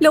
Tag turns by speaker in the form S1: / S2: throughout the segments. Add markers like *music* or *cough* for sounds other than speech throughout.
S1: Lo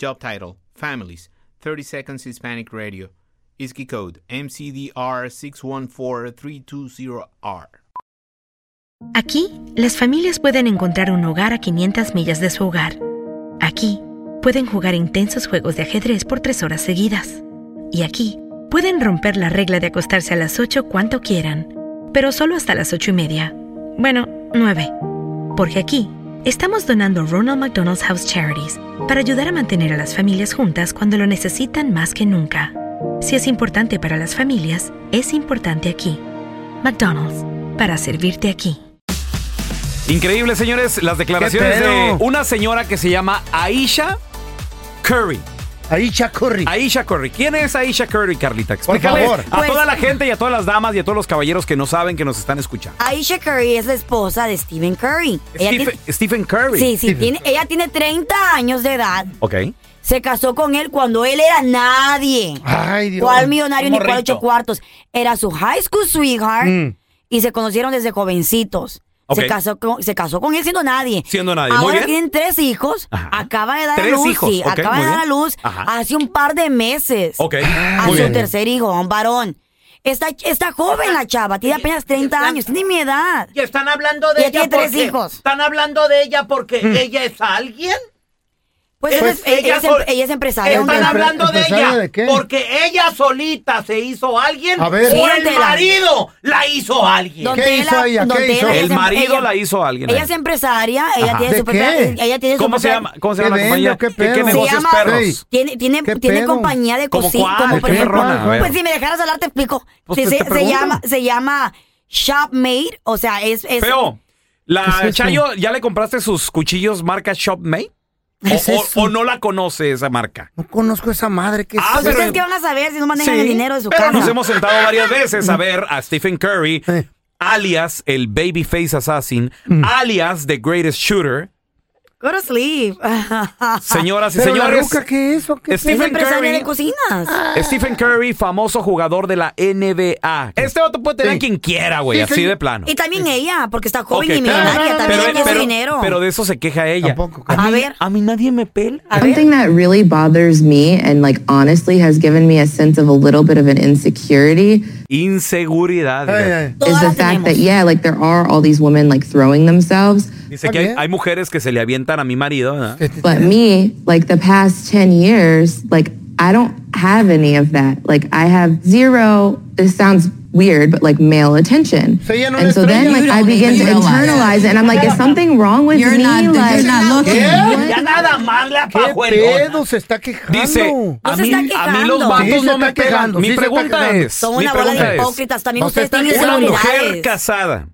S2: Job title Families, 30 Seconds Hispanic Radio. ISKI code MCDR614320R.
S3: Aquí, las familias pueden encontrar un hogar a 500 millas de su hogar. Aquí, pueden jugar intensos juegos de ajedrez por tres horas seguidas. Y aquí, pueden romper la regla de acostarse a las 8 cuanto quieran, pero solo hasta las 8 y media. Bueno, 9. Porque aquí, estamos donando Ronald McDonald's House Charities para ayudar a mantener a las familias juntas cuando lo necesitan más que nunca. Si es importante para las familias, es importante aquí. McDonald's, para servirte aquí.
S4: Increíble, señores, las declaraciones
S5: ¿Qué
S4: de
S5: pedo?
S4: una señora que se llama Aisha Curry.
S5: Aisha Curry.
S4: Aisha Curry. ¿Quién es Aisha Curry, Carlita? Explícale
S5: favor.
S4: a
S6: Pues-
S4: toda la gente y a todas las damas y a todos los caballeros que no saben que nos están escuchando.
S6: Aisha Curry es la esposa de Stephen Curry. Ah, Ella
S4: Stephen, Stephen Curry.
S6: tiene, sí, sí, tiene, ella tiene 30 años de edad.
S4: Ok.
S6: Se casó con él cuando él era nadie.
S5: Ay, Dios.
S6: ¿Cuál millonario ni
S5: Un
S6: cuál
S5: morrito.
S6: ocho cuartos? Era su high school sweetheart
S5: Mm.
S6: y se conocieron desde jovencitos.
S4: Ok.
S6: Se, casó con, se casó con él siendo nadie.
S4: Siendo nadie, muy
S6: Ahora
S4: bien.
S6: tienen tres hijos.
S4: Ajá.
S6: Acaba de dar
S4: Tres
S6: a luz.
S4: hijos,
S6: sí,
S4: ok,
S6: acaba
S4: muy
S6: de dar a
S4: bien.
S6: luz
S4: Ajá.
S6: hace un par de meses.
S4: Ok. Ah,
S6: A
S4: Muy
S6: su
S4: bien.
S6: tercer hijo, a un varón. Está, está joven la chava, tiene apenas 30 años, tiene mi edad.
S7: Y están hablando de
S6: Y
S7: ella
S6: tiene tres
S7: porque
S6: hijos.
S7: están hablando de ella porque
S5: Mm.
S7: ella es alguien.
S6: Pues,
S7: Pues,
S6: ella, es,
S7: ella
S6: ella es em-
S7: sol-
S6: ella es empresaria.
S7: Están
S5: empre-
S7: hablando de
S5: empresaria
S7: ella
S5: de qué?
S7: porque ella solita se hizo alguien
S5: A ver.
S7: o el
S6: Siéntela.
S7: marido la hizo alguien.
S6: Don
S5: ¿Qué hizo ella? ¿Qué
S6: don
S5: hizo?
S6: es
S4: El
S6: em-
S4: marido
S6: ella-
S4: la hizo alguien.
S6: Ella es empresaria, ella
S4: Ajá.
S6: tiene
S5: ¿De
S6: su propia-
S5: qué?
S6: ella tiene su
S4: ¿Cómo se
S6: propia-
S4: llama? ¿Cómo se llama
S5: ¿Qué
S4: la
S5: vende
S4: compañía?
S5: o qué
S4: ¿Qué,
S5: pedo?
S4: qué
S5: Se
S4: negocios
S6: llama-
S4: perros?
S5: Ey.
S6: Tiene, tiene,
S5: ¿Qué
S6: tiene
S5: pedo?
S6: compañía de
S4: ¿Cómo
S6: cocina.
S4: cuál?
S6: Como por
S5: ¿Qué
S6: ejemplo,
S5: perrona? A ver.
S6: pues si me dejaras hablar te explico.
S4: Pues,
S6: Se-
S4: te- te
S6: se,
S4: pregunto.
S6: llama, se llama Shopmate, o sea, es, es
S4: Feo.
S5: *laughs*
S4: La
S5: ¿Qué es eso?
S4: Chayo, ¿ya le compraste sus cuchillos marca ShopMate? O,
S5: ¿Qué es
S4: o-
S5: eso?
S4: o no la conoce esa marca?
S5: No conozco esa madre que es.
S4: Ah,
S6: ¿Ustedes
S4: pero-
S6: qué Pues van a saber si no manejan
S4: Sí,
S6: el dinero de su
S4: pero
S6: casa?
S4: nos hemos sentado varias veces
S5: Mm.
S4: a ver a Stephen Curry,
S5: Eh.
S4: alias el Babyface Assassin,
S5: Mm.
S4: alias The Greatest Shooter.
S6: Go to sleep.
S4: Señoras y
S5: Pero la
S4: señores,
S5: ruca que es o qué
S4: Es-
S6: es
S4: Stephen
S6: empresaria
S4: Curry.
S6: de cocinas.
S4: Stephen Curry, famoso jugador de la NBA. Este vato puede tener
S5: Sí.
S4: a quien quiera, güey,
S5: Sí,
S4: así
S5: sí.
S4: de plano.
S6: Y también ella, porque está joven
S4: Ok,
S6: y
S4: claro.
S6: millonaria, también
S4: pero,
S6: tiene su
S4: pero-
S6: dinero.
S4: pero de eso se queja ella.
S5: Tampoco.
S4: A,
S6: A
S4: mí,
S6: ver.
S4: a mí nadie me pela.
S6: a ver,
S8: Something that really bothers me and, like, honestly has given me a sense of a little bit of an insecurity
S4: Inseguridad.
S5: Ay,
S4: fíjate.
S5: ay.
S6: todas
S8: is the
S6: las
S8: fact
S6: tenemos.
S8: that, yeah, like, there are all these women, like, throwing themselves.
S4: Dice
S5: Está
S4: que hay,
S5: bien.
S4: hay mujeres que se le avientan a mi marido. ¿verdad?
S8: But me, like, the past 10 years, like, I don't have any of that. Like, I have zero, this sounds weird, but, like, male attention.
S5: So you're not
S8: and
S5: a
S8: so then,
S5: stranger.
S8: like,
S5: You
S8: I
S5: don't
S8: begin to
S5: even realize.
S8: internalize it, and I'm like, is something wrong with me? like,
S7: Ya nada más la
S5: ¿Qué
S7: pajuelona.
S5: pedo se está quejando?
S4: Ah,
S5: Pues,
S4: Dice, a
S6: Pues se
S4: mí,
S6: está
S4: a mí los
S6: quejando.
S5: Sí,
S4: vatos
S5: se
S4: no
S5: está
S4: me pegan.
S5: quejando,
S4: Mi
S5: sí, se está
S4: pregunta
S5: quejando.
S4: es,
S6: Son
S4: mi
S6: una bola
S4: pregunta
S6: de
S4: es,
S6: hipócritas. También
S5: No, se
S6: ustedes
S5: está
S6: tienen
S4: una mujer
S6: inseguridades.
S4: casada,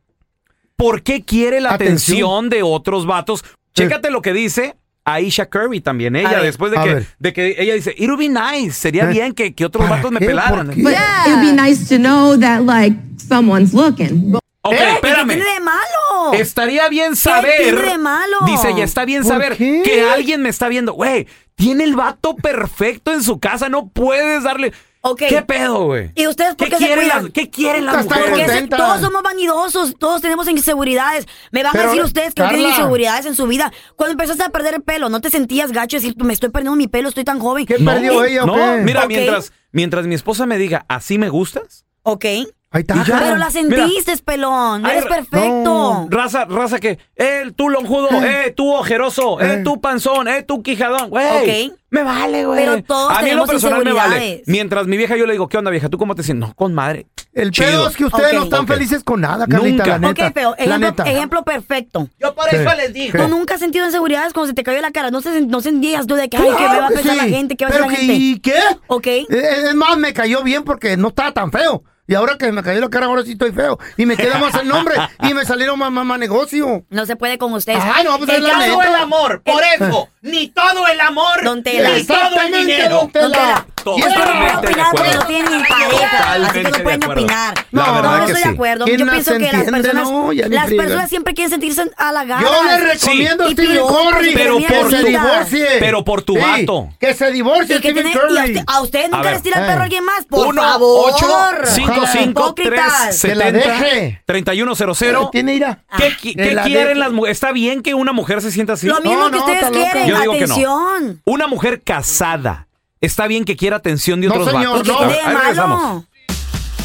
S4: ¿por qué quiere la atención,
S5: Atención.
S4: de otros vatos? Chécate lo que dice Aisha Curry también, ella,
S6: ver.
S4: después de
S5: A
S4: que,
S5: ver.
S4: de que ella dice, it would be nice, sería
S5: Eh.
S4: bien que, que otros
S5: ¿Para
S4: vatos me
S5: qué?
S4: pelaran.
S5: ¿Por qué?
S8: But it would be nice to know that, like, someone's looking.
S4: Ok,
S6: ¿Eh?
S4: espérame.
S6: ¿Qué tiene de malo?
S4: Estaría bien saber.
S6: tiene de malo?
S4: Dice ella, está bien
S5: ¿Por
S4: saber
S5: qué?
S4: que alguien me está viendo. Güey, tiene el vato perfecto en su casa, no puedes darle.
S6: Ok.
S4: ¿Qué pedo, güey?
S6: ¿Y ustedes por qué se
S4: quieren
S6: cuidan?
S4: las- ¿Qué quieren las
S5: Puta, está
S4: mujeres?
S6: Porque se-
S5: contenta.
S6: todos somos vanidosos, todos tenemos inseguridades. Me van a
S5: Pero,
S6: decir ustedes que no tienen
S5: Carla.
S6: inseguridades en su vida. Cuando empezaste a perder el pelo, ¿no te sentías gacho decir, me estoy perdiendo mi pelo, estoy tan joven?
S5: ¿Qué
S4: No,
S5: perdió ella o
S4: no,
S5: qué?
S4: mira,
S6: Ok.
S4: mientras, mientras mi esposa me diga, ¿así me gustas?
S6: Ok.
S5: Ahí está.
S6: Pero la
S4: Mira.
S6: sentiste, pelón. No
S4: Ay,
S6: eres
S4: ra-
S6: perfecto.
S4: Raza, raza que, eh, tú lonjudo, eh, tú ojeroso, eh, tú panzón, eh, tú quijadón, güey.
S6: Ok.
S4: Me vale, güey.
S6: Pero todos
S4: A mí en lo
S6: tenemos
S4: personal me vale.
S6: inseguridades.
S4: Mientras mi vieja yo le digo, ¿qué onda, vieja? ¿Tú cómo te sientes? No, con madre.
S5: El
S4: Chido.
S5: pedo es que ustedes
S6: Ok.
S5: no están
S4: Ok.
S5: felices con nada, Carlita,
S4: Nunca.
S5: la neta.
S6: ok, feo.
S5: la
S6: Ejemplo,
S5: neta.
S6: ejemplo perfecto.
S7: Yo por
S5: Sí.
S7: eso les digo.
S5: Sí.
S6: Tú nunca has sentido inseguridades cuando se te cayó la cara. No, se, no sentías tú de que, ay, que me va a
S5: Claro que
S6: pensar
S5: sí.
S6: la gente, que va a
S5: Pero
S6: hacer la
S5: que-
S6: gente.
S5: ¿Y qué?
S6: Ok.
S5: Eh, eh, Es más, me cayó bien porque no estaba tan feo. Y ahora que me cayó la cara, ahora sí estoy feo. Y me queda más el nombre. y me salieron más, más, más negocio.
S6: No se puede con ustedes.
S5: Ay, no, pues es
S7: Ni
S5: la
S7: todo el
S5: neta.
S7: amor,
S5: Eh.
S7: por eso. Ni todo el amor,
S6: Don Tela.
S7: ni todo el
S5: Exactamente,
S7: dinero.
S5: don Tela.
S4: Don
S5: Y
S4: Tela.
S5: es
S6: Ustedes
S5: que-
S6: no pueden
S4: Totalmente de
S6: opinar porque
S4: acuerdo.
S6: no tienen ni pareja, así que
S4: Totalmente
S6: no
S4: de
S6: pueden
S4: acuerdo.
S6: opinar.
S4: La
S6: no,
S4: verdad
S6: no
S4: que
S6: estoy
S4: sí.
S6: de acuerdo.
S5: ¿Quién
S6: Yo
S5: nace
S6: pienso que las
S5: entiende?
S6: personas,
S5: No, ya ni
S6: las
S5: friega.
S6: personas siempre quieren sentirse halagadas.
S5: Yo le recomiendo a
S6: Y
S5: Stephen
S6: piropo,
S5: Curry
S4: pero
S5: que
S4: por
S5: se
S4: tu-
S5: divorcie.
S4: pero por tu vato.
S5: Que se divorcie
S6: Y que
S5: Stephen
S6: tiene- y a,
S5: Curry. Eh.
S6: usted- a ustedes nunca
S4: ver.
S6: les tira el perro a alguien más, por
S4: 1
S6: favor.
S4: 8 5 5 3
S6: Hipócritas.
S5: Que la
S4: 70
S5: deje.
S4: 31
S5: Pero
S4: 00
S5: tiene ira.
S4: ¿Qué, qui-
S5: que
S4: qué
S5: la
S4: quieren
S5: deje.
S4: las mujeres? ¿Está bien que una mujer se sienta así?
S6: Lo mismo
S5: No,
S6: que
S5: no,
S6: ustedes
S5: está loca.
S6: quieren,
S4: Yo digo que no.
S6: atención.
S4: Una mujer casada. Está bien que quiera atención de
S5: No,
S4: otros
S5: señor,
S4: vatos.
S5: no.
S4: A
S6: ¿Qué
S4: ver,
S6: tiene
S4: ahí
S6: de
S4: regresamos.
S6: malo?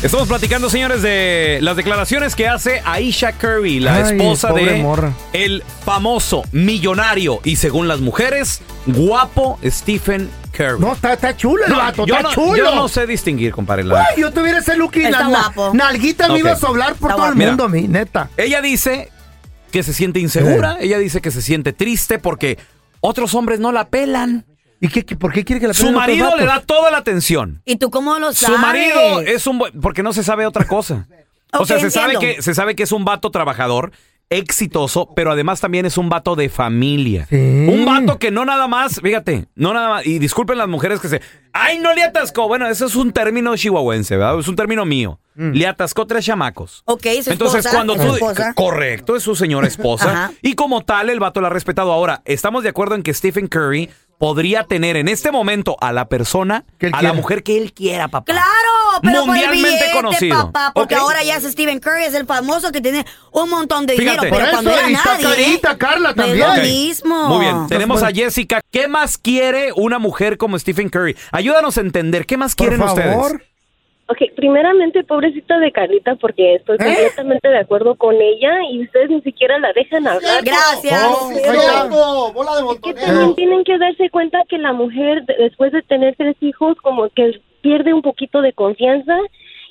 S4: Estamos platicando, señores, de las declaraciones que hace Aisha Curry, la
S5: Ay,
S4: esposa
S5: pobre
S4: de
S5: morra.
S4: el famoso millonario y según las mujeres, guapo Stephen Curry.
S5: No, está, está chulo el
S4: No,
S5: Este vato,
S4: yo
S5: está
S4: no,
S5: chulo.
S4: yo no sé distinguir, compadre. la
S5: Ay, yo tuviera ese look y
S6: Está
S5: na- na-
S6: guapo.
S5: nalguita me
S4: Ok.
S5: iba a soblar por
S6: Está
S5: todo el
S4: guapo.
S5: mundo a mí, neta.
S4: Ella dice que se siente insegura,
S5: Eh.
S4: ella dice que se siente triste porque otros hombres no la pelan.
S5: ¿Y qué, qué- por qué quiere que la
S4: Su
S5: peleen otros
S4: marido le
S5: vatos?
S4: da toda la atención.
S6: ¿Y tú cómo lo sabes?
S4: Su marido es un buen- porque no se sabe otra cosa. o
S6: Ok,
S4: sea, se sabe,
S6: entiendo.
S4: que, se sabe que es un vato trabajador, exitoso, pero además también es un vato de familia.
S5: Sí.
S4: Un vato que no nada más, fíjate, no nada más, y disculpen las mujeres que se, ay, no le atascó. Bueno, eso es un término chihuahuense, ¿verdad? Es un término mío.
S5: Mm.
S4: Le atascó tres chamacos.
S6: Ok, es su
S4: Entonces,
S6: esposa,
S4: cuando
S6: es
S4: tú.
S6: su esposa.
S4: Correcto, es su señora esposa.
S6: Ajá.
S4: y como tal, el vato la ha respetado. Ahora, estamos de acuerdo en que Stephen Curry podría tener en este momento a la persona,
S5: Que él
S4: a la
S5: quiera.
S4: mujer que él quiera, papá.
S6: Claro, pero
S4: Mundialmente
S6: por el billete,
S4: conocido.
S6: papá, porque
S4: Ok.
S6: ahora ya es Stephen Curry, es el famoso que tiene un montón de dinero,
S4: Fíjate.
S6: pero
S5: Por
S6: cuando
S5: eso,
S6: era
S5: y está
S6: nadie. ¿eh?
S5: carita, Carla,
S6: no es
S5: también.
S6: lo
S5: Ok.
S6: mismo.
S4: Muy bien, tenemos a Jessica. ¿Qué más quiere una mujer como Stephen Curry? Ayúdanos a entender, ¿qué más
S5: Por
S4: quieren
S5: favor.
S4: ustedes?
S9: Ok, primeramente, pobrecita de Carlita, porque
S5: ¿Eh?
S9: estoy completamente de acuerdo con ella y ustedes ni siquiera la dejan hablar.
S6: Gracias.
S5: Oh, ahí está.
S9: bola de también tienen que darse cuenta que la mujer, de- después de tener tres hijos, como que pierde un poquito de confianza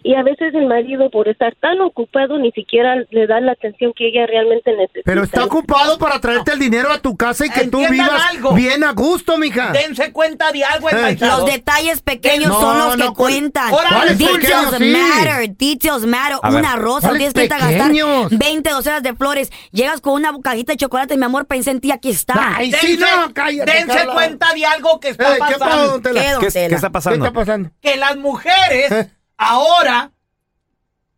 S9: y a veces el marido, por estar tan ocupado, ni siquiera le da la atención que ella realmente necesita.
S5: Pero está ocupado para traerte el dinero a tu casa y que tú
S7: Entiendan
S5: vivas
S7: algo.
S5: bien a gusto, mija.
S7: Dense cuenta de algo,
S5: Eh.
S6: Los
S4: Oh,
S7: enganchados.
S6: detalles pequeños
S5: No,
S6: son
S5: no,
S6: los que
S5: ¿cuál-
S6: cuentan.
S5: cuáles
S6: Details
S5: pequeños? Sí.
S6: matter, details matter.
S4: A ver,
S6: una rosa,
S5: ¿cuáles
S6: tienes que irte a gastar
S5: pequeños?
S6: 20 docenas de flores. Llegas con una cajita de chocolate, mi amor, pensé en ti, aquí está.
S5: Ay,
S7: Dense,
S5: sí, no, cállate.
S7: dense
S5: Carla.
S7: cuenta de algo que
S5: Eh,
S7: está
S5: ¿Qué pasó,
S7: pasando.
S5: don Tela?
S6: ¿Qué, don
S4: ¿Qué,
S6: Tela?
S4: qué está
S5: ¿Qué
S4: pasando?
S5: está pasando?
S7: que las mujeres
S5: Eh.
S7: ahora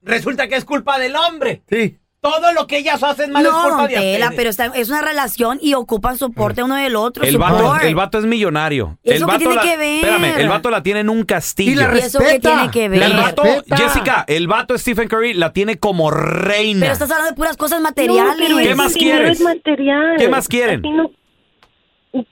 S7: resulta que es culpa del hombre.
S5: Sí.
S7: Todo lo que ellas hacen mal es
S6: No,
S7: culpa
S6: don
S7: de
S6: Tela,
S7: ustedes.
S6: pero está- es una relación y ocupan soporte uno del otro.
S4: El vato,
S6: support.
S4: el vato es millonario.
S6: ¿Y
S4: el
S6: eso qué
S4: vato
S6: tiene
S4: la-
S6: que ver?
S4: Espérame, el vato la tiene en un castillo.
S5: Y la
S6: ¿Y eso qué
S5: respeta.
S6: tiene que ver?
S5: La
S4: El vato,
S5: respeta.
S4: Jessica, el vato Stephen Curry la tiene como reina.
S6: Pero estás hablando de puras cosas
S9: No,
S6: materiales.
S9: pero
S4: ¿Qué
S9: ese
S4: más
S9: dinero
S4: quieres?
S9: es material.
S4: ¿Qué más quieren?
S9: Aquí no-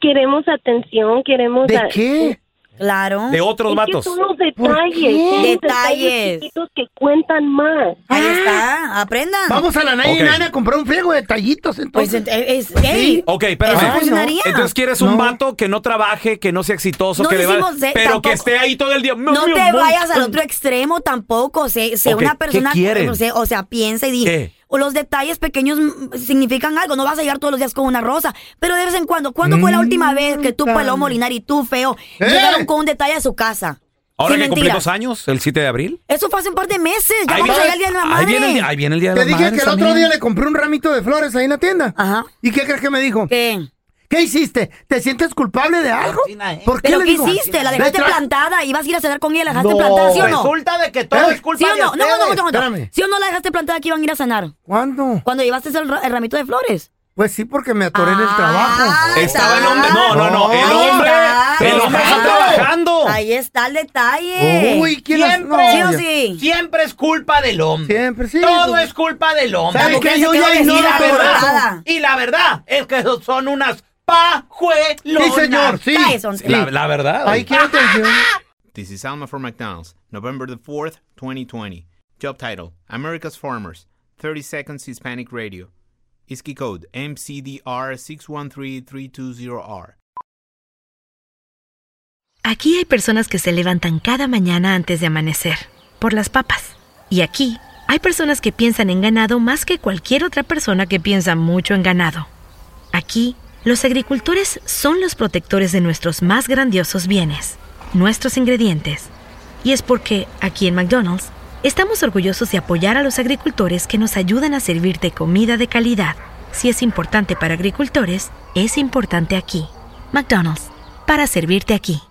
S9: Queremos atención, queremos...
S5: ¿De
S9: a-
S5: qué?
S6: Claro.
S4: de otros
S9: Es que
S4: vatos.
S9: son los detalles. son los
S6: Detalles.
S9: detalles chiquitos que cuentan más.
S6: Ahí
S4: Ah.
S6: está, aprendan.
S5: Vamos a la Naya y
S4: Ok.
S5: Nana a comprar un friego de detallitos,
S6: Pues
S5: entonces.
S6: es, es- ey,
S4: Ok,
S6: Eso
S4: espérame.
S6: funcionaría.
S4: Entonces quieres un
S5: No.
S4: vato que no trabaje, que no sea exitoso,
S6: No
S4: que le va-
S6: decimos de-
S4: pero
S6: tampoco.
S4: que esté ahí todo el día.
S6: No te vayas al otro extremo tampoco. Sé, sé
S4: Ok,
S6: una
S4: ¿qué
S6: persona.
S4: quieren?
S6: o sea, O sea, piensa y di.
S4: ¿Qué?
S6: O los detalles pequeños mm, significan algo. No vas a llegar todos los días con una rosa. Pero de vez en cuando. ¿Cuándo fue la última vez que tú,
S5: Mm,
S6: Palomo Linar y tú, Feo,
S5: ¿Eh?
S6: llegaron con un detalle a su casa?
S4: Ahora
S6: Sin
S4: que cumplí
S6: mentiras.
S4: dos años, el 7 de abril.
S6: Eso fue hace un par de meses. Ya
S4: Ahí
S6: vamos a
S4: viene-
S6: llegar al Día de la
S4: Ahí
S6: Madre.
S4: viene el día, ahí viene el día de
S5: Te
S4: las
S5: dije
S4: Madres
S5: que el otro
S4: también.
S5: día le compré un ramito de flores ahí en la tienda.
S6: Ajá.
S5: ¿Y qué crees que me dijo?
S6: Ah. ¿Qué?
S5: ¿Qué hiciste? ¿Te sientes culpable de algo?
S7: Martina, ¿eh?
S5: ¿Por qué
S6: ¿Pero
S5: le
S6: qué
S5: digo?
S6: hiciste? ¿La
S5: Ve,
S6: dejaste
S5: tra-
S6: plantada? ¿Ibas a ir a cenar con ella? ¿La dejaste
S5: No,
S6: plantada? ¿Sí o no?
S7: Resulta de que todo
S5: ¿Eh?
S7: es culpa
S6: ¿Sí o
S7: de
S6: no? No,
S7: ustedes.
S6: no, no, no, no.
S5: Espérame.
S6: ¿Sí o no la dejaste plantada que iban a ir a cenar?
S5: ¿Cuándo?
S6: Cuando llevaste el, ra- el ramito de flores.
S5: Pues sí, porque me atoré en el
S6: Ah,
S5: trabajo.
S6: ahí
S4: Estaba el
S6: está.
S4: hombre. No, no, no. El
S6: Ahí
S4: hombre.
S6: está, ahí
S4: El hombre está
S6: está.
S4: trabajando.
S6: Ahí está el detalle.
S5: Uy, ¿quién las-
S7: Siempre.
S5: no,
S6: ¿Sí o
S5: ya-
S6: sí?
S7: Siempre es culpa del hombre.
S5: Siempre, sí.
S7: Todo es culpa del hombre.
S5: ¿Sabe
S6: La mujer
S5: qué?
S6: se
S5: Yo
S6: quedó
S5: ya ignoro
S6: vestida
S5: todo eso.
S6: colorada.
S7: Y la verdad es que son unas pajuelonas.
S5: Sí, señor, sí.
S6: Traes, son-
S5: Sí.
S4: La, la verdad.
S5: Ahí quiero atención.
S2: This is Alma from McDonald's, November the 4th, 2020. Job title America's Farmers, 30 Seconds Hispanic Radio. ISKI code MCDR613320R.
S3: Aquí hay personas que se levantan cada mañana antes de amanecer, por las papas. Y aquí hay personas que piensan en ganado más que cualquier otra persona que piensa mucho en ganado. Aquí, los agricultores son los protectores de nuestros más grandiosos bienes, nuestros ingredientes. Y es porque, aquí en McDonald's, estamos orgullosos de apoyar a los agricultores que nos ayudan a servirte comida de calidad. Si es importante para agricultores, es importante aquí. McDonald's, para servirte aquí.